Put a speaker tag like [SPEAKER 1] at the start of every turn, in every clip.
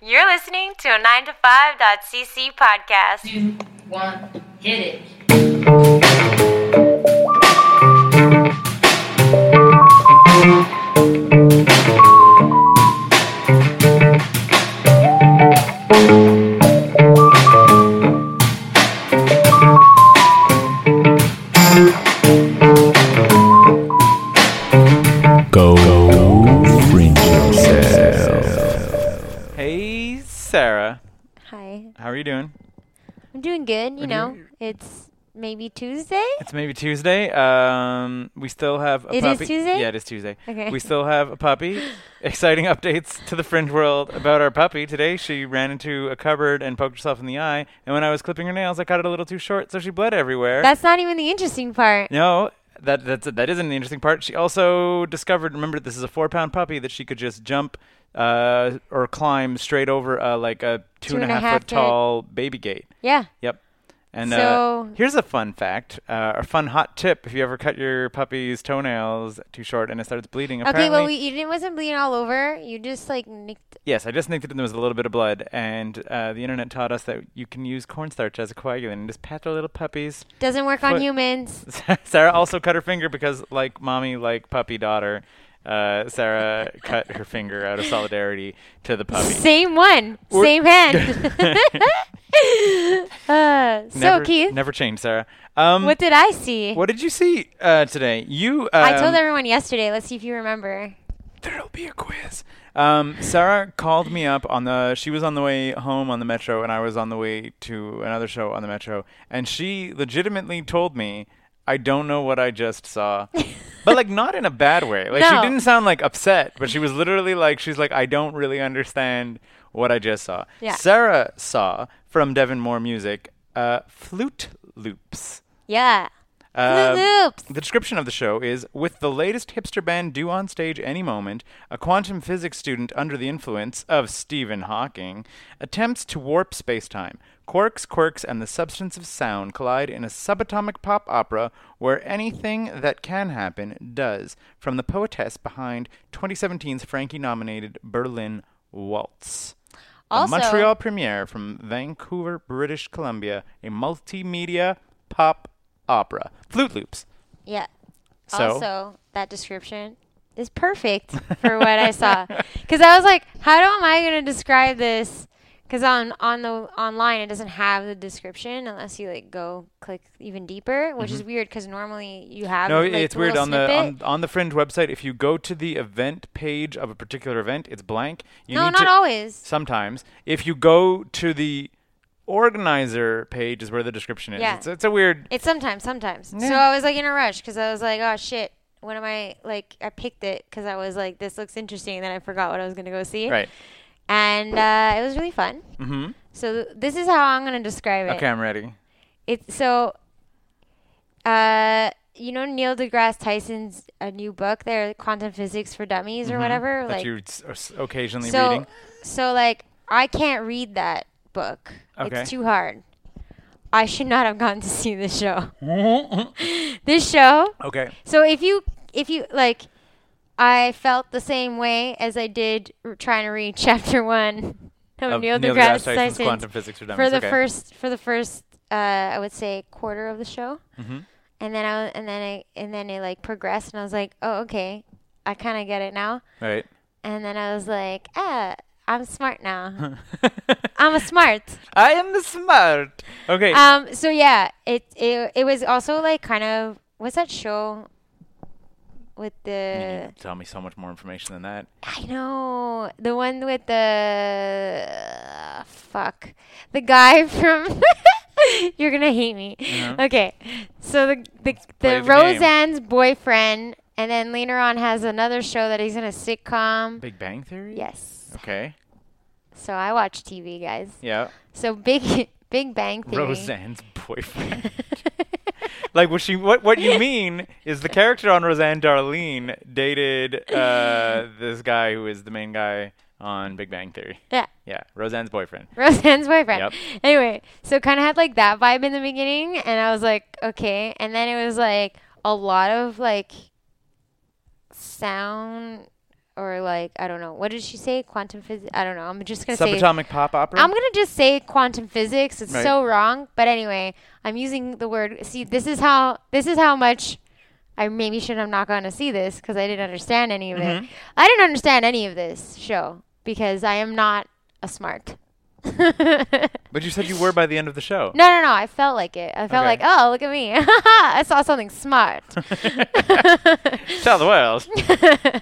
[SPEAKER 1] You're listening to a 9to5.cc podcast.
[SPEAKER 2] two, one, hit it.
[SPEAKER 3] Go, fringe yourself.
[SPEAKER 4] Hey, Sarah.
[SPEAKER 1] Hi.
[SPEAKER 4] How are you doing?
[SPEAKER 1] I'm doing good, you
[SPEAKER 4] Would
[SPEAKER 1] know.
[SPEAKER 4] you-
[SPEAKER 1] It's maybe Tuesday?
[SPEAKER 4] It's maybe Tuesday. Um, we still have a
[SPEAKER 1] It is
[SPEAKER 4] puppy.
[SPEAKER 1] Tuesday?
[SPEAKER 4] Yeah, it is Tuesday.
[SPEAKER 1] Okay.
[SPEAKER 4] We still have a puppy. Exciting updates to the fringe world about our puppy. Today, she ran into a cupboard and poked herself in the eye. And when I was clipping her nails, I cut it a little too short, so she bled everywhere.
[SPEAKER 1] That's not even the interesting part.
[SPEAKER 4] no, that that's that isn't the interesting part. She also discovered. Remember, this is a four-pound puppy that she could just jump uh, or climb straight over uh, like a two and a half foot
[SPEAKER 1] kid.
[SPEAKER 4] tall baby gate.
[SPEAKER 1] Yeah.
[SPEAKER 4] Yep. And
[SPEAKER 1] So-
[SPEAKER 4] uh, here's a fun fact, uh, a fun hot tip: if you ever cut your puppy's toenails too short and it starts bleeding, apparently
[SPEAKER 1] Okay, well, we, you didn't, wasn't bleeding all over. You just, like, nicked.
[SPEAKER 4] yes, I just nicked it and there was a little bit of blood, and uh, the internet taught us that you can use cornstarch as a coagulant and just pat the little puppies.
[SPEAKER 1] Doesn't work on
[SPEAKER 4] Foot.
[SPEAKER 1] humans.
[SPEAKER 4] Sarah also cut her finger because, like mommy, like puppy daughter, uh, Sarah cut her finger out of solidarity to the puppy.
[SPEAKER 1] Same one.
[SPEAKER 4] Or-
[SPEAKER 1] Same hand. uh, so,
[SPEAKER 4] never,
[SPEAKER 1] Keith,
[SPEAKER 4] never change, Sarah. Um,
[SPEAKER 1] what did I see?
[SPEAKER 4] what did you see uh, today? You um,
[SPEAKER 1] I told everyone yesterday. Let's see if you remember.
[SPEAKER 4] There'll be a quiz. Um, Sarah called me up on the. She was on the way home on the metro, and I was on the way to another show on the metro. And she legitimately told me, "I don't know what I just saw," but like not in a bad way. Like
[SPEAKER 1] No.
[SPEAKER 4] she didn't sound like upset, but she was literally like, "She's like, I don't really understand what I just saw."
[SPEAKER 1] Yeah.
[SPEAKER 4] Sarah saw from Devin Moore Music, uh, flute loops.
[SPEAKER 1] Yeah.
[SPEAKER 4] Um,
[SPEAKER 1] loops.
[SPEAKER 4] the description of the show is with the latest hipster band due on stage any moment, a quantum physics student under the influence of Stephen Hawking attempts to warp space-time. Quarks, quirks, and the substance of sound collide in a subatomic pop opera where anything that can happen does, from the poetess behind 2017's Frankie-nominated Berlin Waltz.
[SPEAKER 1] Also,
[SPEAKER 4] a Montreal premiere from Vancouver, British Columbia, a multimedia pop opera. Flute loops.
[SPEAKER 1] Yeah.
[SPEAKER 4] So-
[SPEAKER 1] Also, that description is perfect for what I saw. Because I was like, how do- am I going to describe this? Because on on the online it doesn't have the description unless you like go click even deeper, which is weird because normally you have.
[SPEAKER 4] Mm-hmm. No,
[SPEAKER 1] like,
[SPEAKER 4] it's
[SPEAKER 1] the
[SPEAKER 4] weird
[SPEAKER 1] little
[SPEAKER 4] on the
[SPEAKER 1] snippet.
[SPEAKER 4] on, on the Fringe website. If you go to the event page of a particular event, it's blank. You
[SPEAKER 1] no,
[SPEAKER 4] need
[SPEAKER 1] not
[SPEAKER 4] to,
[SPEAKER 1] always.
[SPEAKER 4] Sometimes, if you go to the organizer page, is where the description is.
[SPEAKER 1] Yeah.
[SPEAKER 4] It's, it's a weird.
[SPEAKER 1] It's sometimes, sometimes. So
[SPEAKER 4] Yeah.
[SPEAKER 1] I was like in a rush because I was like, oh shit, what am I like? I picked it because I was like, this looks interesting, and then I forgot what I was gonna go see.
[SPEAKER 4] Right.
[SPEAKER 1] And uh, it was really fun.
[SPEAKER 4] Mm-hmm.
[SPEAKER 1] So th- this is how I'm gonna describe it.
[SPEAKER 4] Okay, I'm ready.
[SPEAKER 1] It's so. Uh, you know Neil deGrasse Tyson's a new book there, Quantum Physics for Dummies or whatever.
[SPEAKER 4] Mm-hmm. That
[SPEAKER 1] like
[SPEAKER 4] you s- are s- occasionally
[SPEAKER 1] so,
[SPEAKER 4] reading.
[SPEAKER 1] so like I can't read that book.
[SPEAKER 4] Okay.
[SPEAKER 1] It's too hard. I should not have gone to see this show. this show.
[SPEAKER 4] Okay.
[SPEAKER 1] So if you if you like, I felt the same way as I did r- trying to read chapter one of,
[SPEAKER 4] Of
[SPEAKER 1] Neil
[SPEAKER 4] Uh, Neil
[SPEAKER 1] deGrasse,
[SPEAKER 4] Tyson's
[SPEAKER 1] Tyson's
[SPEAKER 4] Quantum Physics for Dummies.
[SPEAKER 1] for the
[SPEAKER 4] okay.
[SPEAKER 1] first for the first uh, I would say quarter of the show,
[SPEAKER 4] Mhm.
[SPEAKER 1] and then I and then I and then it like progressed, and I was like, oh okay, I kind of get it now.
[SPEAKER 4] Right.
[SPEAKER 1] And then I was like, ah, I'm smart now. I'm a smart.
[SPEAKER 4] I am the smart. Okay.
[SPEAKER 1] Um. So yeah, it it it was also like kind of what's that show with the
[SPEAKER 4] You can tell me so much more information than that.
[SPEAKER 1] I know the one with the fuck the guy from. You're gonna hate me.
[SPEAKER 4] Uh-huh.
[SPEAKER 1] Okay, so the the,
[SPEAKER 4] play
[SPEAKER 1] the
[SPEAKER 4] the game.
[SPEAKER 1] Roseanne's boyfriend, and then later on has another show that he's in a sitcom.
[SPEAKER 4] Big Bang Theory.
[SPEAKER 1] Yes.
[SPEAKER 4] Okay.
[SPEAKER 1] So I watch TV, guys.
[SPEAKER 4] Yeah.
[SPEAKER 1] So Big Big Bang Theory.
[SPEAKER 4] Roseanne's boyfriend. like what she what what you mean is the character on Roseanne Darlene dated uh, this guy who is the main guy on Big Bang Theory.
[SPEAKER 1] Yeah.
[SPEAKER 4] Yeah, Roseanne's boyfriend.
[SPEAKER 1] Roseanne's boyfriend.
[SPEAKER 4] Yep.
[SPEAKER 1] Anyway, so kind of had like that vibe in the beginning, and I was like, okay. And then it was like a lot of like sound or like I don't know. What did she say? Quantum physics. I don't know. I'm just gonna say.
[SPEAKER 4] Subatomic pop opera.
[SPEAKER 1] I'm gonna just say quantum physics. It's
[SPEAKER 4] Right.
[SPEAKER 1] so wrong. But anyway, I'm using the word. See, this is how this is how much I maybe should have not gone to see this because I didn't understand any of
[SPEAKER 4] Mm-hmm.
[SPEAKER 1] it. I didn't understand any of this show because I am not a smart. no, no,
[SPEAKER 4] but you said you were by the end of the show.
[SPEAKER 1] no. I felt like it. I felt
[SPEAKER 4] Okay.
[SPEAKER 1] like, oh, look at me. I saw something smart.
[SPEAKER 4] Tell the world. Okay,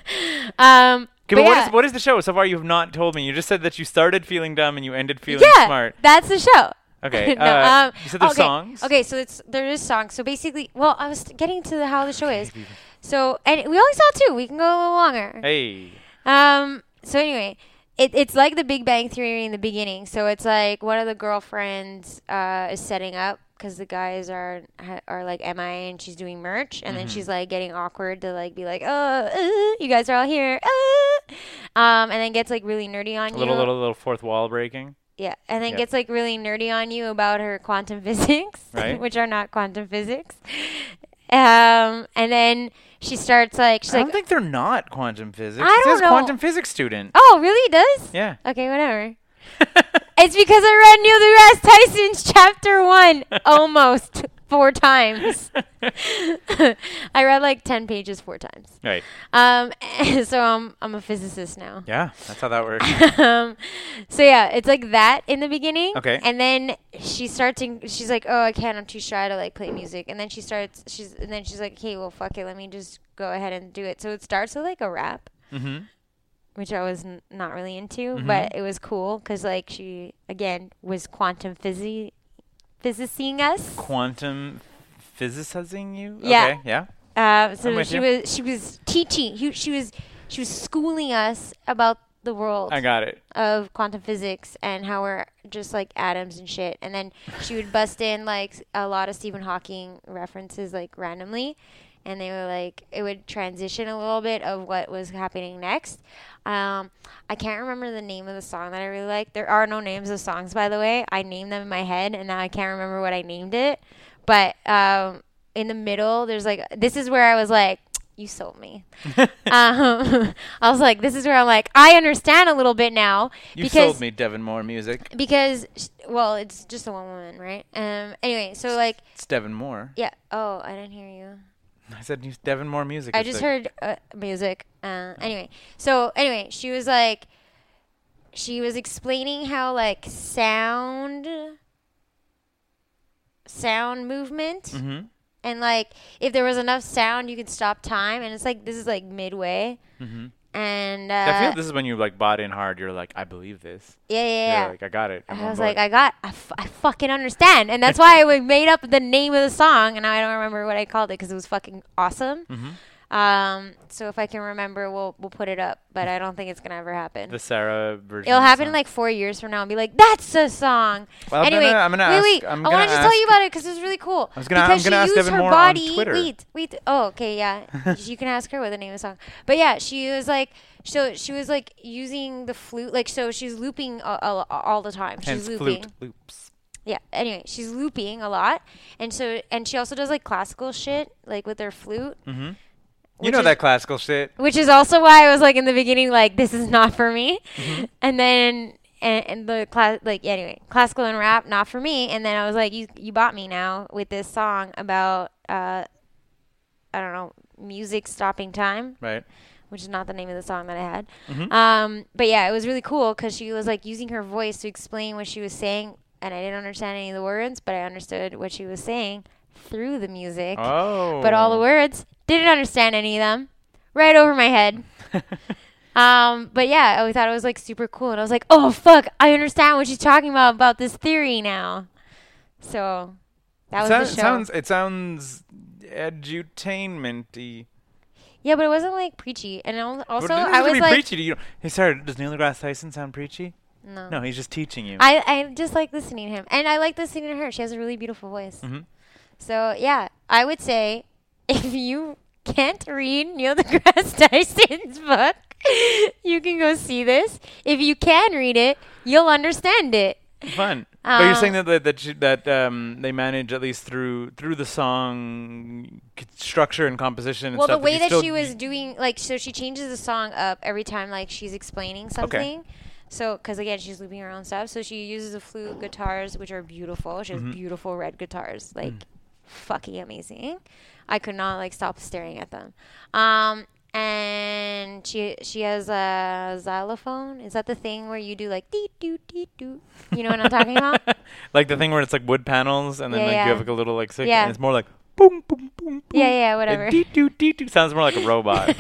[SPEAKER 1] um,
[SPEAKER 4] but
[SPEAKER 1] but
[SPEAKER 4] what
[SPEAKER 1] yeah.
[SPEAKER 4] is what is the show? So far, you have not told me. You just said that you started feeling dumb and you ended feeling
[SPEAKER 1] yeah,
[SPEAKER 4] smart.
[SPEAKER 1] That's the show.
[SPEAKER 4] Okay,
[SPEAKER 1] no,
[SPEAKER 4] uh,
[SPEAKER 1] um,
[SPEAKER 4] you said there's
[SPEAKER 1] okay.
[SPEAKER 4] songs?
[SPEAKER 1] Okay, so it's there is songs. So basically, well, I was getting to the, how the show is. So and we only saw two. We can go a little longer.
[SPEAKER 4] Hey,
[SPEAKER 1] Um. So anyway, it, it's like the Big Bang Theory in the beginning. So it's like one of the girlfriends uh, is setting up because the guys are ha- are like MIA and she's doing merch, and then
[SPEAKER 4] Mm-hmm.
[SPEAKER 1] she's like getting awkward to like be like, oh, uh, you guys are all here, uh," um, and then gets like really nerdy on
[SPEAKER 4] a
[SPEAKER 1] you.
[SPEAKER 4] little little little fourth wall breaking.
[SPEAKER 1] Yeah, and then
[SPEAKER 4] Yep.
[SPEAKER 1] gets like really nerdy on you about her quantum physics,
[SPEAKER 4] Right.
[SPEAKER 1] which are not quantum physics. Um, and then she starts like she's
[SPEAKER 4] I
[SPEAKER 1] like,
[SPEAKER 4] don't think they're not quantum physics.
[SPEAKER 1] I
[SPEAKER 4] it
[SPEAKER 1] don't
[SPEAKER 4] says
[SPEAKER 1] know.
[SPEAKER 4] quantum physics student.
[SPEAKER 1] "Oh, really? It does?
[SPEAKER 4] Yeah.
[SPEAKER 1] Okay, whatever." it's because I read Neil deGrasse Tyson's chapter one almost four times. I read like ten pages four times.
[SPEAKER 4] right.
[SPEAKER 1] Um, so I'm I'm a physicist now.
[SPEAKER 4] Yeah, that's how that works.
[SPEAKER 1] um, so yeah, it's like that in the beginning.
[SPEAKER 4] Okay.
[SPEAKER 1] And then she starts. In, she's like, "Oh, I can't. I'm too shy to like play music." And then she starts. She's and then she's like, "Hey, well, fuck it. Let me just go ahead and do it." So it starts with like a rap,
[SPEAKER 4] mm-hmm.
[SPEAKER 1] which I was n- not really into, but it was cool because like she again was quantum physi physicing us.
[SPEAKER 4] Quantum physicizing you?
[SPEAKER 1] Yeah.
[SPEAKER 4] Okay, yeah.
[SPEAKER 1] Uh,
[SPEAKER 4] I'm
[SPEAKER 1] so
[SPEAKER 4] with
[SPEAKER 1] she
[SPEAKER 4] you.
[SPEAKER 1] was she was teaching. He, she was she was schooling us about the world.
[SPEAKER 4] I got it.
[SPEAKER 1] of quantum physics and how we're just like atoms and shit. And then she would bust in like a lot of Stephen Hawking references like randomly. And they were like, it would transition a little bit of what was happening next. Um, I can't remember the name of the song that I really like. There are no names of songs, by the way. I named them in my head, and now I can't remember what I named it. But um, in the middle, there's like, this is where I was like, you sold me um, I was like, this is where I'm like, I understand a little bit now
[SPEAKER 4] You
[SPEAKER 1] because
[SPEAKER 4] sold me Devin Moore music.
[SPEAKER 1] because sh- well, it's just a one woman, right? Um. Anyway, so like,
[SPEAKER 4] It's Devin Moore.
[SPEAKER 1] yeah. Oh, I didn't hear you.
[SPEAKER 4] I said you- Devin Moore music.
[SPEAKER 1] I
[SPEAKER 4] is
[SPEAKER 1] just
[SPEAKER 4] the-
[SPEAKER 1] heard uh, music. Uh, anyway, so anyway, she was like, she was explaining how like sound, sound movement,
[SPEAKER 4] Mm-hmm.
[SPEAKER 1] and like if there was enough sound, you could stop time. And it's like this is like midway, and uh,
[SPEAKER 4] Mm-hmm. I feel this is when you like bought in hard. You're like, I believe this.
[SPEAKER 1] yeah, yeah,
[SPEAKER 4] You're
[SPEAKER 1] yeah.
[SPEAKER 4] like, I got it. I'm
[SPEAKER 1] I
[SPEAKER 4] on
[SPEAKER 1] was
[SPEAKER 4] board."
[SPEAKER 1] like, I got, I, f- I fucking understand, and that's why I wa- made up the name of the song, and I don't remember what I called it because it was fucking awesome.
[SPEAKER 4] Mm-hmm.
[SPEAKER 1] Um, so if I can remember, we'll we'll put it up, but I don't think it's gonna ever happen.
[SPEAKER 4] the Sarah version.
[SPEAKER 1] It'll
[SPEAKER 4] of the
[SPEAKER 1] happen
[SPEAKER 4] song.
[SPEAKER 1] like four years from now and be like, that's a song.
[SPEAKER 4] Well, I'm
[SPEAKER 1] anyway,
[SPEAKER 4] gonna- I'm
[SPEAKER 1] wait,
[SPEAKER 4] gonna ask-
[SPEAKER 1] wait.
[SPEAKER 4] I'm
[SPEAKER 1] I
[SPEAKER 4] gonna
[SPEAKER 1] want to just tell
[SPEAKER 4] ask-
[SPEAKER 1] you about it because it was really cool.
[SPEAKER 4] I was gonna- I'm
[SPEAKER 1] because
[SPEAKER 4] gonna
[SPEAKER 1] she
[SPEAKER 4] ask
[SPEAKER 1] used
[SPEAKER 4] Devin
[SPEAKER 1] her
[SPEAKER 4] Moore on
[SPEAKER 1] body.
[SPEAKER 4] Twitter.
[SPEAKER 1] Wait, wait. Oh, okay, yeah. you can ask her what the name of the song. But yeah, she was like, so she was like using the flute, like so she's looping all, all, all the time. She's
[SPEAKER 4] Hence
[SPEAKER 1] looping.
[SPEAKER 4] flute loops.
[SPEAKER 1] Yeah. Anyway, she's looping a lot, and so and she also does like classical shit, like with her flute,
[SPEAKER 4] Mm-hmm. you know
[SPEAKER 1] is-
[SPEAKER 4] that classical shit.
[SPEAKER 1] which is also why I was like in the beginning, like this is not for me, and then and, and the class like anyway, classical and rap not for me, and then I was like, you you bought me now with this song about uh, I don't know, music stopping time
[SPEAKER 4] Right.
[SPEAKER 1] which is not the name of the song that I had. Um, but yeah, it was really cool because she was like using her voice to explain what she was saying, and I didn't understand any of the words, but I understood what she was saying through the music.
[SPEAKER 4] Oh.
[SPEAKER 1] But all the words didn't understand any of them, right over my head. um, but yeah, I thought it was like super cool, and I was like, oh fuck, I understand what she's talking about about this theory now. So that was
[SPEAKER 4] Sou-
[SPEAKER 1] the show.
[SPEAKER 4] sounds it sounds edutainmenty.
[SPEAKER 1] yeah, but it wasn't like preachy, and al-
[SPEAKER 4] But
[SPEAKER 1] also
[SPEAKER 4] it doesn't
[SPEAKER 1] I
[SPEAKER 4] have to
[SPEAKER 1] was
[SPEAKER 4] be
[SPEAKER 1] like,
[SPEAKER 4] preachy to you. Hey Sarah, does Neil deGrasse Tyson sound preachy? No, he's just teaching you.
[SPEAKER 1] I, I just like listening to him. And I like listening to her. She has a really beautiful voice.
[SPEAKER 4] Mm-hmm.
[SPEAKER 1] So, yeah, I would say if you can't read Neil deGrasse Tyson's book, you can go see this. If you can read it, you'll understand it.
[SPEAKER 4] Fun. but you're
[SPEAKER 1] Um,
[SPEAKER 4] saying that that that, you- that um, they manage at least through through the song c- structure and composition. And
[SPEAKER 1] well, the
[SPEAKER 4] stuff,
[SPEAKER 1] way
[SPEAKER 4] you
[SPEAKER 1] that
[SPEAKER 4] still-
[SPEAKER 1] she was doing, like, so she changes the song up every time, like, she's explaining something. So, because again, she's looping her own stuff. So she uses the flute guitars, which are beautiful. She has beautiful red guitars, like, fucking amazing. I could not like stop staring at them. Um, and she she has a xylophone. Is that the thing where you do like dee doo dee doo? You know what I'm talking about?
[SPEAKER 4] like the thing where it's like wood panels, and then
[SPEAKER 1] Yeah,
[SPEAKER 4] like
[SPEAKER 1] yeah.
[SPEAKER 4] you have like a little like sick,
[SPEAKER 1] Yeah.
[SPEAKER 4] and it's more like boom boom boom. boom
[SPEAKER 1] Yeah, yeah, whatever.
[SPEAKER 4] Dee doo dee doo sounds more like a robot.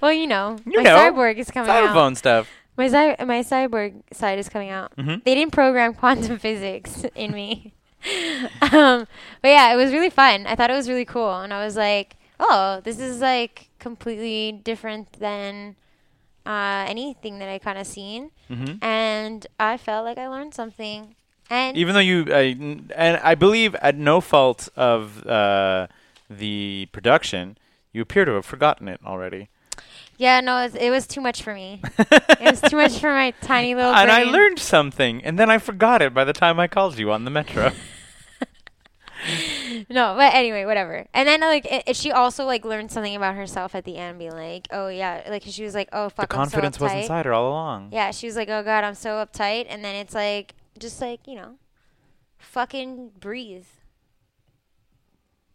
[SPEAKER 1] well, you know,
[SPEAKER 4] You
[SPEAKER 1] my
[SPEAKER 4] know,
[SPEAKER 1] cyborg is coming out.
[SPEAKER 4] Xylophone stuff.
[SPEAKER 1] My cy- my cyborg side is coming out.
[SPEAKER 4] Mm-hmm.
[SPEAKER 1] They didn't program quantum physics in me. um, but yeah, it was really fun. I thought it was really cool, and I was like, "Oh, this is like completely different than uh, anything that I kind of seen."
[SPEAKER 4] Mm-hmm.
[SPEAKER 1] And I felt like I learned something. And
[SPEAKER 4] Even though you, I, n- and I believe at no fault of uh, the production, you appear to have forgotten it already.
[SPEAKER 1] yeah, no, it was, it was too much for me. it was too much for my tiny little.
[SPEAKER 4] and I
[SPEAKER 1] brain.
[SPEAKER 4] learned something, and then I forgot it by the time I called you on the metro.
[SPEAKER 1] No, but anyway, whatever. And then like it, it- she also like learned something about herself at the end, being like, "Oh yeah," like she was like, "Oh
[SPEAKER 4] the
[SPEAKER 1] fuck, I'm so
[SPEAKER 4] confidence was
[SPEAKER 1] uptight."
[SPEAKER 4] inside her all along.
[SPEAKER 1] Yeah, she was like, "Oh god, I'm so uptight," and then it's like, just like you know, fucking breathe.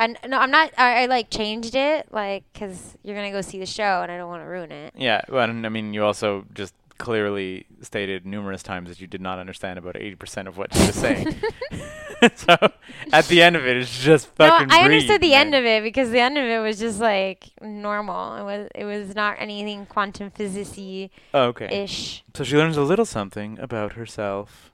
[SPEAKER 1] And no, I'm not. I, I like changed it, like, cause you're gonna go see the show, and I don't want to ruin it.
[SPEAKER 4] Yeah, well, and I mean, you also just clearly stated numerous times that you did not understand about 80% of what she was saying. so at the end of it, it's just fucking
[SPEAKER 1] no, I
[SPEAKER 4] breathe,
[SPEAKER 1] understood the
[SPEAKER 4] man.
[SPEAKER 1] end of it because the end of it was just like normal. It was it was not anything quantum physics
[SPEAKER 4] Oh, okay.
[SPEAKER 1] ish.
[SPEAKER 4] So she learns a little something about herself.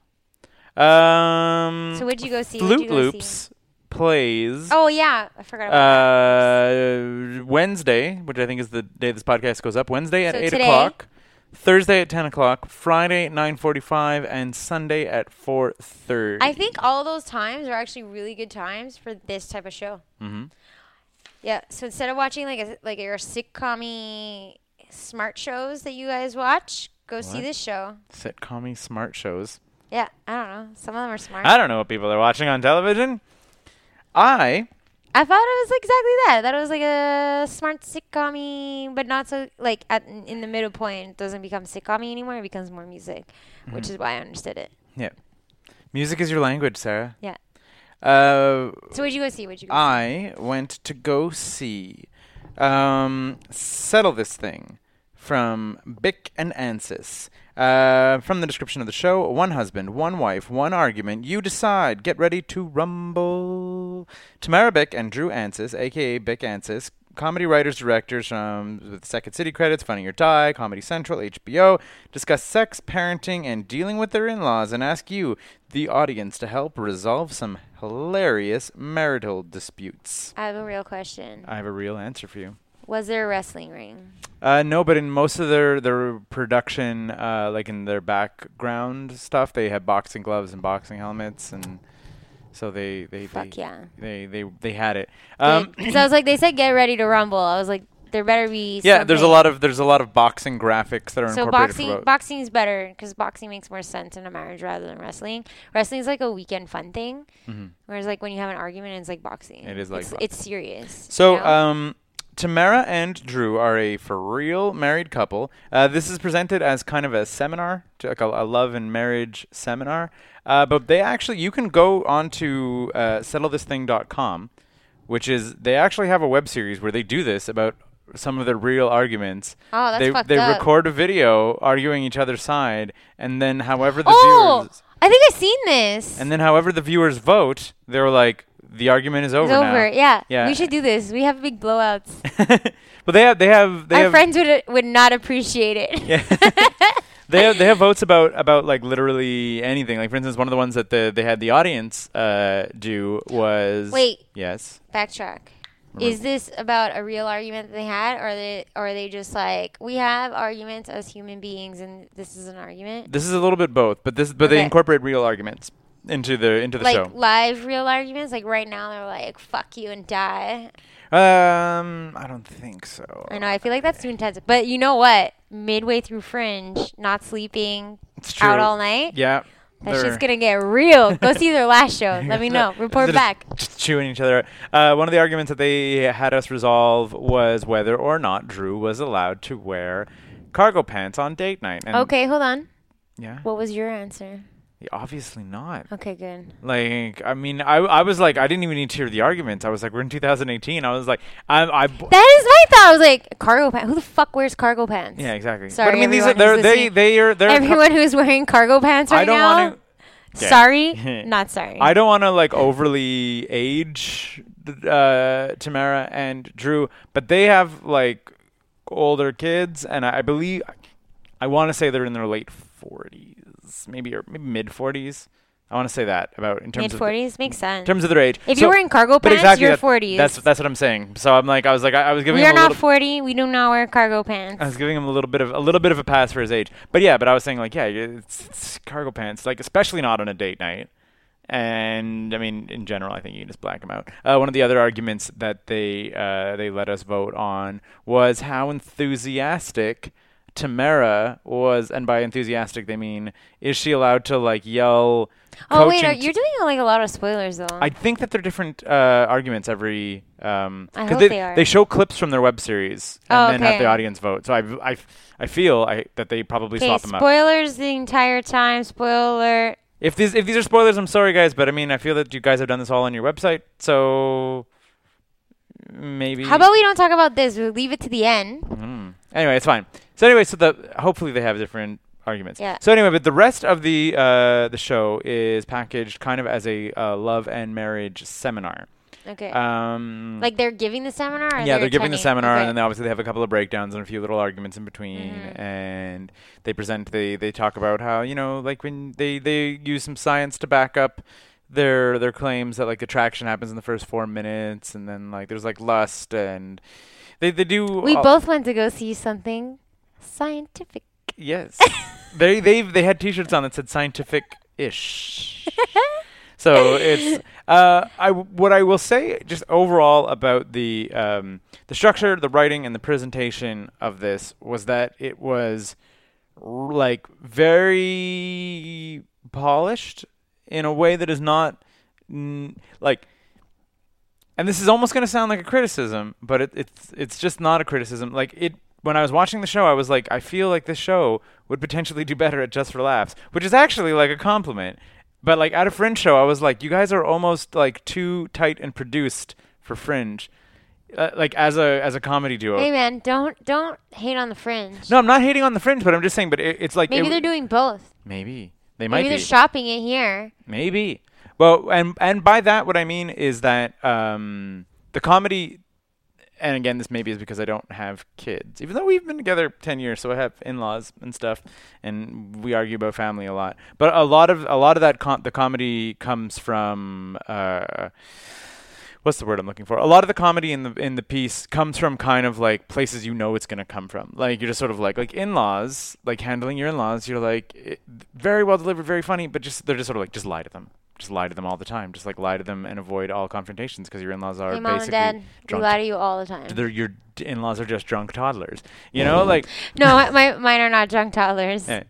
[SPEAKER 4] Um,
[SPEAKER 1] So what'd you go see? What'd
[SPEAKER 4] Flute
[SPEAKER 1] you go see?
[SPEAKER 4] Loops plays
[SPEAKER 1] Oh yeah, I forgot about that.
[SPEAKER 4] uh, Wednesday, which I think is the day this podcast goes up. Wednesday at
[SPEAKER 1] So
[SPEAKER 4] eight
[SPEAKER 1] today-
[SPEAKER 4] o'clock, Thursday at ten o'clock, Friday at nine forty-five, and Sunday at four thirty.
[SPEAKER 1] I think all those times are actually really good times for this type of show.
[SPEAKER 4] Mhm.
[SPEAKER 1] Yeah. So instead of watching like a, like your sitcom smart shows that you guys watch, go see
[SPEAKER 4] What?
[SPEAKER 1] this show.
[SPEAKER 4] sitcom smart shows.
[SPEAKER 1] Yeah, I don't know. Some of them are smart.
[SPEAKER 4] I don't know what people are watching on television. I
[SPEAKER 1] I thought it was exactly that. That it was like a smart sitcom but not so like at in the middle point it doesn't become sitcom anymore, it becomes more music,
[SPEAKER 4] Mm-hmm.
[SPEAKER 1] which is why I understood it.
[SPEAKER 4] yeah, music is your language, Sarah.
[SPEAKER 1] Yeah.
[SPEAKER 4] Uh,
[SPEAKER 1] So what'd you go see? What'd you go see?
[SPEAKER 4] I went to go see um, Settle This Thing from Bick and Ansis. Uh, from the description of the show, one husband, one wife, one argument. You decide. Get ready to rumble. Tamara Bick and Drew Ansis, aka Bick Ansis, comedy writers, directors um, with Second City credits, Funny or Die, Comedy Central, HBO, discuss sex, parenting, and dealing with their in laws, and ask you, the audience, to help resolve some hilarious marital disputes.
[SPEAKER 1] I have a real question.
[SPEAKER 4] I have a real answer for you.
[SPEAKER 1] Was there a wrestling ring?
[SPEAKER 4] Uh, no, but in most of their their production, uh, like in their background stuff, they have boxing gloves and boxing helmets, and so they they
[SPEAKER 1] Fuck
[SPEAKER 4] they,
[SPEAKER 1] yeah.
[SPEAKER 4] they they they had it. Um,
[SPEAKER 1] Good. so I was like, they said get ready to rumble. I was like, there better be.
[SPEAKER 4] Yeah, there's a
[SPEAKER 1] something.
[SPEAKER 4] lot of there's a lot of boxing graphics that are
[SPEAKER 1] So
[SPEAKER 4] incorporated.
[SPEAKER 1] boxing,
[SPEAKER 4] for,
[SPEAKER 1] boxing is better because boxing makes more sense in a marriage rather than wrestling. Wrestling is like a weekend fun thing, whereas like when you have an argument, it's like boxing.
[SPEAKER 4] Mm-hmm. It is like
[SPEAKER 1] it's,
[SPEAKER 4] boxing.
[SPEAKER 1] it's serious.
[SPEAKER 4] So,
[SPEAKER 1] you know?
[SPEAKER 4] um, Tamara and Drew are a for real married couple. Uh, this is presented as kind of a seminar, to- like a, a love and marriage seminar. Uh, but they actually, you can go on to uh, settlethisthing.com, which is they actually have a web series where they do this about some of their real arguments.
[SPEAKER 1] Oh, that's
[SPEAKER 4] they
[SPEAKER 1] fucked
[SPEAKER 4] they
[SPEAKER 1] up.
[SPEAKER 4] record a video arguing each other's side, and then however the
[SPEAKER 1] oh,
[SPEAKER 4] viewers
[SPEAKER 1] I think I've seen this.
[SPEAKER 4] and then however the viewers vote, they're like the argument is over
[SPEAKER 1] it's
[SPEAKER 4] now.
[SPEAKER 1] over. Yeah.
[SPEAKER 4] Yeah.
[SPEAKER 1] we should do this. We have big blowouts.
[SPEAKER 4] but they have they have they
[SPEAKER 1] Our
[SPEAKER 4] have
[SPEAKER 1] friends would would not appreciate it.
[SPEAKER 4] they have they have votes about about like literally anything. Like for instance, one of the ones that the, they had the audience uh, do was
[SPEAKER 1] Wait.
[SPEAKER 4] yes,
[SPEAKER 1] backtrack. Is this about a real argument that they had, or are they, or are they just like we have arguments as human beings, and this is an argument,
[SPEAKER 4] this is a little bit both, but this but they
[SPEAKER 1] Okay.
[SPEAKER 4] incorporate real arguments into the into the
[SPEAKER 1] like
[SPEAKER 4] show.
[SPEAKER 1] live real arguments? Like right now, they're like "fuck you" and die.
[SPEAKER 4] Um, I don't think so.
[SPEAKER 1] I know I feel like that's too intense, but you know what? Midway through Fringe, not sleeping,
[SPEAKER 4] It's
[SPEAKER 1] out
[SPEAKER 4] true.
[SPEAKER 1] all night.
[SPEAKER 4] Yeah.
[SPEAKER 1] That shit's
[SPEAKER 4] they're-
[SPEAKER 1] gonna get real. Go see their last show. Let me know. Report
[SPEAKER 4] They're
[SPEAKER 1] back.
[SPEAKER 4] just Chewing each other. out. Uh, one of the arguments that they had us resolve was whether or not Drew was allowed to wear cargo pants on date night. And
[SPEAKER 1] Okay, hold on.
[SPEAKER 4] Yeah.
[SPEAKER 1] What was your answer?
[SPEAKER 4] Obviously not.
[SPEAKER 1] Okay, good.
[SPEAKER 4] Like, I mean, I, I was like, I didn't even need to hear the arguments. I was like, we're in 2018. I was like, I, I b-
[SPEAKER 1] That is my thought. I was like, cargo pants. Who the fuck wears cargo pants?
[SPEAKER 4] yeah, exactly.
[SPEAKER 1] Sorry,
[SPEAKER 4] but I mean, these are,
[SPEAKER 1] everyone
[SPEAKER 4] they're,
[SPEAKER 1] who's
[SPEAKER 4] they,
[SPEAKER 1] listening.
[SPEAKER 4] they are, they're,
[SPEAKER 1] Everyone who's wearing cargo pants right
[SPEAKER 4] I don't
[SPEAKER 1] now.
[SPEAKER 4] want to. Okay.
[SPEAKER 1] Sorry, not sorry.
[SPEAKER 4] I don't want to like overly age uh, Tamara and Drew, but they have like older kids, and I, I believe I want to say they're in their late forties, maybe or maybe mid forties. I want to say that about in terms
[SPEAKER 1] Mid
[SPEAKER 4] of
[SPEAKER 1] forties makes sense.
[SPEAKER 4] in terms of their age.
[SPEAKER 1] If you're wearing cargo
[SPEAKER 4] but
[SPEAKER 1] pants,
[SPEAKER 4] exactly
[SPEAKER 1] you're
[SPEAKER 4] that-
[SPEAKER 1] 40s.
[SPEAKER 4] That's that's what I'm saying. So I'm like I was like I, I was giving
[SPEAKER 1] we are
[SPEAKER 4] him a
[SPEAKER 1] not
[SPEAKER 4] little,
[SPEAKER 1] forty. We do not wear cargo pants.
[SPEAKER 4] I was giving him a little bit of a little bit of a pass for his age, but yeah. But I was saying like, yeah, it's, it's cargo pants, like especially not on a date night. And I mean, in general, I think you can just black them out. Uh, one of the other arguments that they uh, they let us vote on was how enthusiastic Tamara was, and by enthusiastic they mean is she allowed to like yell?
[SPEAKER 1] oh wait,
[SPEAKER 4] coaching
[SPEAKER 1] no,
[SPEAKER 4] t-
[SPEAKER 1] you're doing like a lot of spoilers though.
[SPEAKER 4] I think that they're different uh, arguments every. Um,
[SPEAKER 1] I
[SPEAKER 4] 'cause
[SPEAKER 1] hope
[SPEAKER 4] they,
[SPEAKER 1] they are.
[SPEAKER 4] show clips from their web series and
[SPEAKER 1] Oh,
[SPEAKER 4] then have
[SPEAKER 1] okay.
[SPEAKER 4] the audience vote. So I, I, I feel I, that they probably
[SPEAKER 1] okay,
[SPEAKER 4] swap them up.
[SPEAKER 1] spoilers the entire time. Spoiler.
[SPEAKER 4] If these if these are spoilers, I'm sorry guys, but I mean I feel that you guys have done this all on your website, so maybe.
[SPEAKER 1] How about we don't talk about this? We leave it to the end.
[SPEAKER 4] Mm. Anyway, it's fine. So anyway, so the hopefully they have different arguments.
[SPEAKER 1] Yeah.
[SPEAKER 4] So anyway, but the rest of the uh, the show is packaged kind of as a uh, love and marriage seminar.
[SPEAKER 1] Okay.
[SPEAKER 4] Um,
[SPEAKER 1] like they're giving the seminar. Or
[SPEAKER 4] yeah, they're giving the
[SPEAKER 1] attending?
[SPEAKER 4] seminar,
[SPEAKER 1] Okay. Mm-hmm.
[SPEAKER 4] and then they obviously they have a couple of breakdowns and a few little arguments in between, and they present they they talk about how you know like when they they use some science to back up their their claims that like attraction happens in the first four minutes, and then like there's like lust and. They, they do
[SPEAKER 1] we
[SPEAKER 4] all-
[SPEAKER 1] both went to go see something scientific.
[SPEAKER 4] yes they they they had t-shirts on that said scientific ish so it's uh I w- what I will say just overall about the um the structure the writing and the presentation of this was that it was r- like very polished in a way that is not n- like and this is almost going to sound like a criticism but it, it's it's just not a criticism like it when i was watching the show i was like i feel like this show would potentially do better at just for laughs which is actually like a compliment but like at a fringe show i was like you guys are almost like too tight and produced for fringe uh, like as a as a comedy duo
[SPEAKER 1] Hey man, don't don't hate on the fringe.
[SPEAKER 4] Oh. no i'm not hating on the fringe but i'm just saying but it, it's like
[SPEAKER 1] Maybe
[SPEAKER 4] it-
[SPEAKER 1] they're doing both.
[SPEAKER 4] Maybe they might
[SPEAKER 1] Maybe
[SPEAKER 4] be.
[SPEAKER 1] they're shopping it here.
[SPEAKER 4] Maybe. Well, and and by that, what I mean is that um, the comedy, and again, this maybe is because I don't have kids, even though we've been together ten years, so I have in-laws and stuff, and we argue about family a lot. But a lot of a lot of that com- the comedy comes from. Uh, What's the word I'm looking for? A lot of the comedy in the in the piece comes from kind of like places you know it's gonna come from. Like you're just sort of like like in-laws, like handling your in-laws. You're like it, very well delivered, very funny, but just they're just sort of like just lie to them, just lie to them all the time, just like lie to them and avoid all confrontations because your in-laws are
[SPEAKER 1] Hey mom and
[SPEAKER 4] basically
[SPEAKER 1] dad, we
[SPEAKER 4] drunk.
[SPEAKER 1] lie to you all the time.
[SPEAKER 4] they're your d- in-laws are just drunk toddlers. You know, like
[SPEAKER 1] No, my- my mine are not drunk toddlers.
[SPEAKER 4] eh.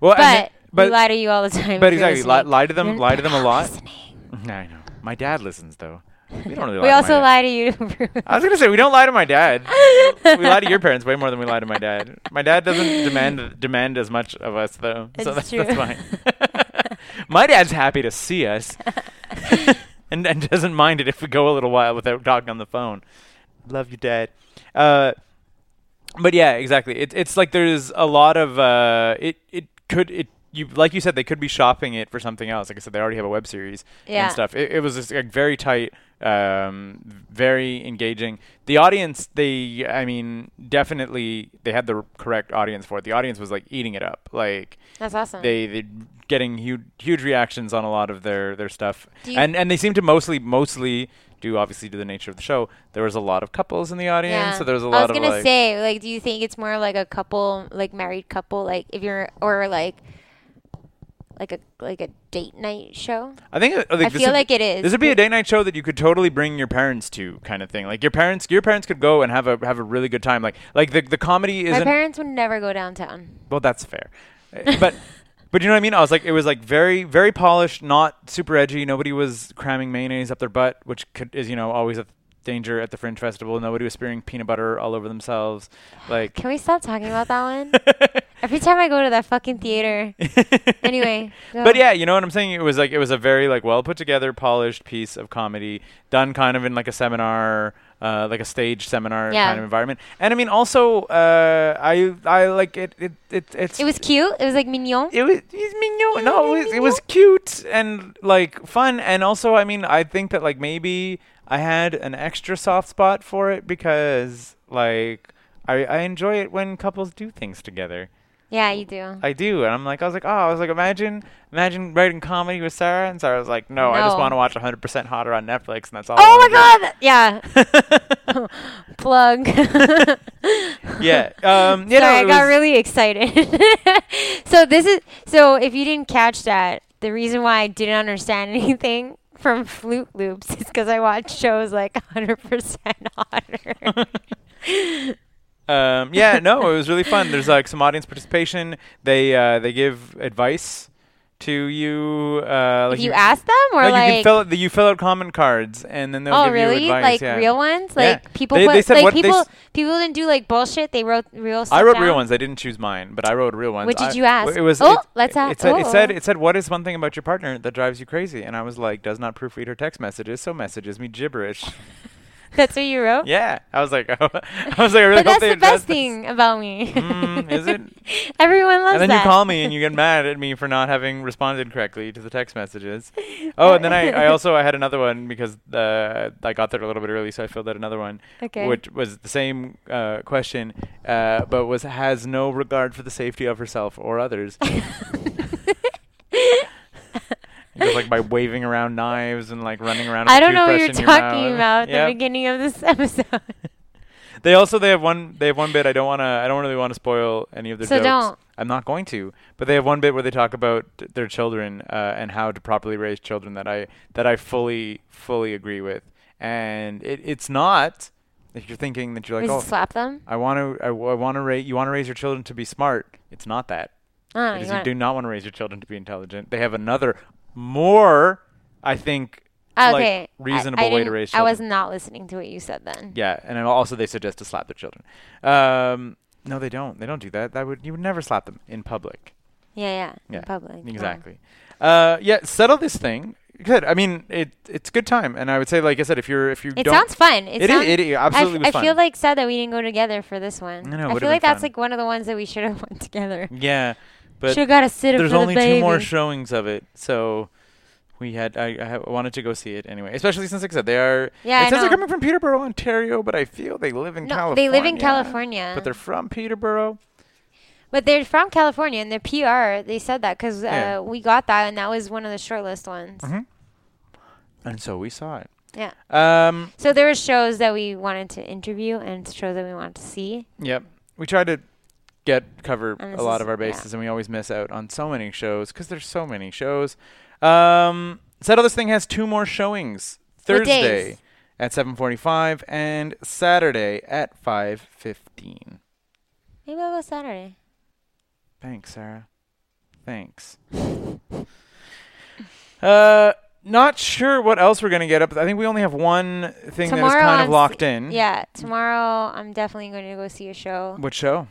[SPEAKER 4] well, and
[SPEAKER 1] But,
[SPEAKER 4] then- but
[SPEAKER 1] we lie to you all the time.
[SPEAKER 4] but
[SPEAKER 1] if you're
[SPEAKER 4] exactly lie,
[SPEAKER 1] listening.
[SPEAKER 4] lie to them,
[SPEAKER 1] You're
[SPEAKER 4] lie to them a lot.
[SPEAKER 1] listening.
[SPEAKER 4] I know. My dad listens though. We don't really.
[SPEAKER 1] We
[SPEAKER 4] lie to my
[SPEAKER 1] also
[SPEAKER 4] dad.
[SPEAKER 1] lie to you. to
[SPEAKER 4] I was gonna say we don't lie to my dad. we lie to your parents way more than we lie to my dad. My dad doesn't demand demand as much of us though, so that's,
[SPEAKER 1] It's
[SPEAKER 4] that's
[SPEAKER 1] true.
[SPEAKER 4] fine. my dad's happy to see us, and and doesn't mind it if we go a little while without talking on the phone. Love you, dad. Uh, but yeah, exactly. It, it's like there's a lot of uh, it. It could it you like you said they could be shopping it for something else. Like I said, they already have a web series
[SPEAKER 1] Yeah.
[SPEAKER 4] and stuff. It, it was just like very tight, um, very engaging. The audience, they, I mean, definitely they had the correct audience for it. The audience was like eating it up. Like
[SPEAKER 1] That's awesome.
[SPEAKER 4] they they getting huge huge reactions on a lot of their their stuff
[SPEAKER 1] Do you-
[SPEAKER 4] and and they seem to mostly mostly do obviously to the nature of the show there was a lot of couples in the audience so there was a lot
[SPEAKER 1] I was
[SPEAKER 4] of
[SPEAKER 1] gonna
[SPEAKER 4] like
[SPEAKER 1] say, like, do you think it's more like a couple, like married couple, like if you're, or like, like a like a date night show?
[SPEAKER 4] i think uh, like,
[SPEAKER 1] I
[SPEAKER 4] this
[SPEAKER 1] feel
[SPEAKER 4] would-
[SPEAKER 1] like it is.
[SPEAKER 4] this would be a day night show that you could totally bring your parents to kind of thing like your parents your parents could go and have a have a really good time like like the the comedy
[SPEAKER 1] My
[SPEAKER 4] isn't
[SPEAKER 1] parents would never go downtown.
[SPEAKER 4] well that's fair Uh, but But you know what I mean? I was like, it was like very, very polished, not super edgy. Nobody was cramming mayonnaise up their butt, which could, is you know always a danger at the Fringe Festival. Nobody was spearing peanut butter all over themselves. Like,
[SPEAKER 1] Can we stop talking about that one? Every time I go to that fucking theater. Anyway,
[SPEAKER 4] but
[SPEAKER 1] go.
[SPEAKER 4] yeah, you know what I'm saying? It was like it was a very like well put together, polished piece of comedy done kind of in like a seminar, uh, like a stage seminar
[SPEAKER 1] Yeah.
[SPEAKER 4] kind of environment. And I mean, also, uh, I I like it. It it it's
[SPEAKER 1] It was cute. It was like mignon.
[SPEAKER 4] it was he's mignon. No, it was, it was cute and like fun. And also, I mean, I think that like maybe I had an extra soft spot for it because like I I enjoy it when couples do things together.
[SPEAKER 1] yeah, you do.
[SPEAKER 4] I do, and I'm like, I was like, oh, I was like, imagine, imagine writing comedy with Sarah, and Sarah was like, no, I just
[SPEAKER 1] No.
[SPEAKER 4] want to watch 100% Hotter on Netflix, and that's all.
[SPEAKER 1] oh my
[SPEAKER 4] I
[SPEAKER 1] god! Yeah,
[SPEAKER 4] wanna
[SPEAKER 1] plug.
[SPEAKER 4] do. yeah,
[SPEAKER 1] Sorry,
[SPEAKER 4] um, yeah, no, it
[SPEAKER 1] I got
[SPEAKER 4] was-
[SPEAKER 1] really excited. so this is so if you didn't catch that, the reason why I didn't understand anything from Flute Loops is because I watched shows like 100% hotter.
[SPEAKER 4] Um, yeah, no, it was really fun. There's like some audience participation. They uh, they give advice to you. Uh, like
[SPEAKER 1] if you ask them or
[SPEAKER 4] no,
[SPEAKER 1] like
[SPEAKER 4] you can fill out, you fill out common cards, and then they'll
[SPEAKER 1] oh
[SPEAKER 4] give
[SPEAKER 1] really
[SPEAKER 4] you advice.
[SPEAKER 1] like
[SPEAKER 4] yeah.
[SPEAKER 1] real ones
[SPEAKER 4] Yeah.
[SPEAKER 1] like people
[SPEAKER 4] They-
[SPEAKER 1] put,
[SPEAKER 4] they said
[SPEAKER 1] like
[SPEAKER 4] what they
[SPEAKER 1] people
[SPEAKER 4] s-
[SPEAKER 1] people didn't do like bullshit they wrote real stuff
[SPEAKER 4] I wrote
[SPEAKER 1] down.
[SPEAKER 4] real ones. I didn't choose mine, but I wrote real ones.
[SPEAKER 1] What did
[SPEAKER 4] I-
[SPEAKER 1] you ask?
[SPEAKER 4] It was.
[SPEAKER 1] Oh,
[SPEAKER 4] it,
[SPEAKER 1] let's
[SPEAKER 4] it,
[SPEAKER 1] ask-
[SPEAKER 4] said, it said.
[SPEAKER 1] oh.
[SPEAKER 4] It said. What is one thing about your partner that drives you crazy? And I was like, does not proofread her text messages, so messages me gibberish.
[SPEAKER 1] that's what you wrote
[SPEAKER 4] yeah, I was like, oh. I was like, I really
[SPEAKER 1] but that's
[SPEAKER 4] hope they
[SPEAKER 1] the
[SPEAKER 4] address
[SPEAKER 1] best
[SPEAKER 4] this.
[SPEAKER 1] thing about me
[SPEAKER 4] Mm, is it?
[SPEAKER 1] everyone loves
[SPEAKER 4] And then
[SPEAKER 1] that
[SPEAKER 4] you call me and you get mad at me for not having responded correctly to the text messages. Oh, and then I, I also I had another one because uh, I got there a little bit early, so I filled out another one,
[SPEAKER 1] Okay.
[SPEAKER 4] which was the same uh, question, uh, but was has no regard for the safety of herself or others. It was like by waving around knives and like running around. With
[SPEAKER 1] I
[SPEAKER 4] a
[SPEAKER 1] don't know what you're
[SPEAKER 4] toothbrush in your
[SPEAKER 1] talking
[SPEAKER 4] mouth.
[SPEAKER 1] about at
[SPEAKER 4] Yep.
[SPEAKER 1] the beginning of this episode.
[SPEAKER 4] They also they have one they have one bit I don't want to I don't really want to spoil any of their
[SPEAKER 1] So
[SPEAKER 4] jokes.
[SPEAKER 1] don't.
[SPEAKER 4] I'm not going to. But they have one bit where they talk about th- their children uh, and how to properly raise children that I that I fully fully agree with. And it, it's not if you're thinking that you're
[SPEAKER 1] We
[SPEAKER 4] like oh
[SPEAKER 1] should slap them.
[SPEAKER 4] I want to I, want to raise you want to raise your children to be smart. It's not that.
[SPEAKER 1] Oh,
[SPEAKER 4] It
[SPEAKER 1] you
[SPEAKER 4] is you
[SPEAKER 1] want-
[SPEAKER 4] do not want to raise your children to be intelligent. They have another more I think like,
[SPEAKER 1] Oh, Ah, okay. I-
[SPEAKER 4] reasonable
[SPEAKER 1] I
[SPEAKER 4] way to
[SPEAKER 1] didn't-
[SPEAKER 4] raise children.
[SPEAKER 1] I was not listening to what you said then.
[SPEAKER 4] Yeah, and then also they suggest to slap their children. Um, no, they don't. They don't do that. That would you would never slap them in public.
[SPEAKER 1] Yeah, yeah. in
[SPEAKER 4] Yeah,
[SPEAKER 1] public. come on.
[SPEAKER 4] Exactly. Uh, yeah, settle this thing. Good. I mean, it it's good time, and I would say, like I said, if you're if you
[SPEAKER 1] It
[SPEAKER 4] don't,
[SPEAKER 1] sounds fun. It,
[SPEAKER 4] It is-
[SPEAKER 1] sounds,
[SPEAKER 4] it i- absolutely
[SPEAKER 1] I,
[SPEAKER 4] was
[SPEAKER 1] f- I feel
[SPEAKER 4] fun.
[SPEAKER 1] like sad that we didn't go together for this one.
[SPEAKER 4] I know, it
[SPEAKER 1] I
[SPEAKER 4] would've
[SPEAKER 1] feel like
[SPEAKER 4] been
[SPEAKER 1] that's
[SPEAKER 4] fun.
[SPEAKER 1] like one of the ones that we should have went together.
[SPEAKER 4] yeah,
[SPEAKER 1] Should
[SPEAKER 4] but
[SPEAKER 1] have got a sitter
[SPEAKER 4] there's
[SPEAKER 1] for the
[SPEAKER 4] only two more
[SPEAKER 1] baby.
[SPEAKER 4] showings of it, so we had I, I ha- wanted to go see it anyway, especially since like I said they are.
[SPEAKER 1] Yeah,
[SPEAKER 4] it
[SPEAKER 1] I
[SPEAKER 4] says they're
[SPEAKER 1] know.
[SPEAKER 4] coming from Peterborough, Ontario, but I feel they live in
[SPEAKER 1] no,
[SPEAKER 4] California.
[SPEAKER 1] they live in California,
[SPEAKER 4] but they're from Peterborough.
[SPEAKER 1] But they're from California, and their PR they said that because uh,
[SPEAKER 4] Yeah.
[SPEAKER 1] we got that, and that was one of the shortlist ones.
[SPEAKER 4] Mhm. And so we saw it.
[SPEAKER 1] Yeah.
[SPEAKER 4] Um,
[SPEAKER 1] So there were shows that we wanted to interview and shows that we wanted to see.
[SPEAKER 4] Yep. We try to get cover
[SPEAKER 1] And
[SPEAKER 4] a
[SPEAKER 1] this
[SPEAKER 4] lot
[SPEAKER 1] is-
[SPEAKER 4] of our
[SPEAKER 1] yeah.
[SPEAKER 4] bases, and we always miss out on so many shows because there's so many shows. Um, Settle This Thing has two more showings
[SPEAKER 1] What days?
[SPEAKER 4] Thursday at 7:45 and Saturday at 5:15.
[SPEAKER 1] Maybe I'll go Saturday.
[SPEAKER 4] Thanks, Sarah. Thanks. uh, not sure what else we're gonna get up. I think we only have one thing that is kind of
[SPEAKER 1] on
[SPEAKER 4] locked
[SPEAKER 1] s-
[SPEAKER 4] in.
[SPEAKER 1] Yeah, tomorrow I'm definitely going to go see a show.
[SPEAKER 4] What show?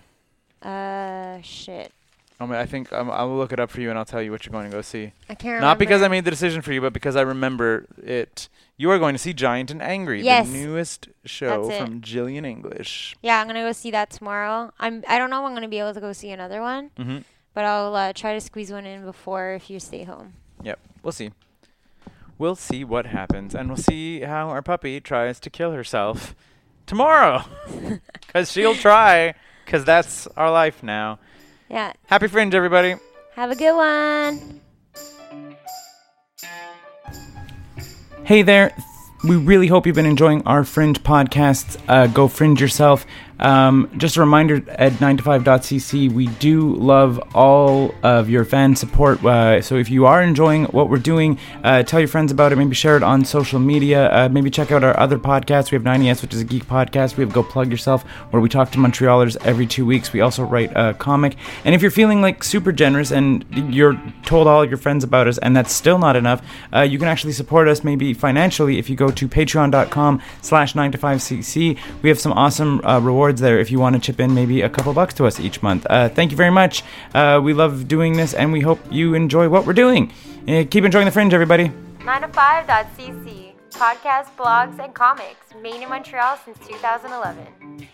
[SPEAKER 1] Uh, shit,
[SPEAKER 4] I'm, I think um, I'll look it up for you, and I'll tell you what you're going to go see.
[SPEAKER 1] I can't. remember.
[SPEAKER 4] Not because I made the decision for you, but because I remember it. You are going to see Giant and Angry,
[SPEAKER 1] Yes.
[SPEAKER 4] the newest show
[SPEAKER 1] That's it.
[SPEAKER 4] from Jillian English.
[SPEAKER 1] Yeah, I'm gonna go see that tomorrow. I'm. I don't know if I'm gonna be able to go see another one,
[SPEAKER 4] Mm-hmm.
[SPEAKER 1] but I'll uh, try to squeeze one in before if you stay home.
[SPEAKER 4] Yep, we'll see. We'll see what happens, and we'll see how our puppy tries to kill herself tomorrow, because she'll try, because that's our life now.
[SPEAKER 1] Yeah.
[SPEAKER 4] Happy Fringe, everybody.
[SPEAKER 1] Have a good one.
[SPEAKER 4] Hey there. We really hope you've been enjoying our Fringe podcasts. Uh, go Fringe yourself. Um, just a reminder at 9to5.cc, we do love all of your fan support. Uh, so if you are enjoying what we're doing, uh, tell your friends about it. Maybe share it on social media. Uh, maybe check out our other podcasts. We have 90S, which is a geek podcast. We have Go Plug Yourself, where we talk to Montrealers every two weeks. We also write a comic. And if you're feeling like super generous and you're told all your friends about us and that's still not enough, uh, you can actually support us maybe financially if you go to patreon.com slash 9to5cc. We have some awesome uh, rewards there if you want to chip in maybe a couple bucks to us each month. Uh, thank you very much. Uh, we love doing this and we hope you enjoy what we're doing. Uh, keep enjoying The Fringe, everybody.
[SPEAKER 1] 905.cc, podcasts, blogs, and comics, made in Montreal since 2011.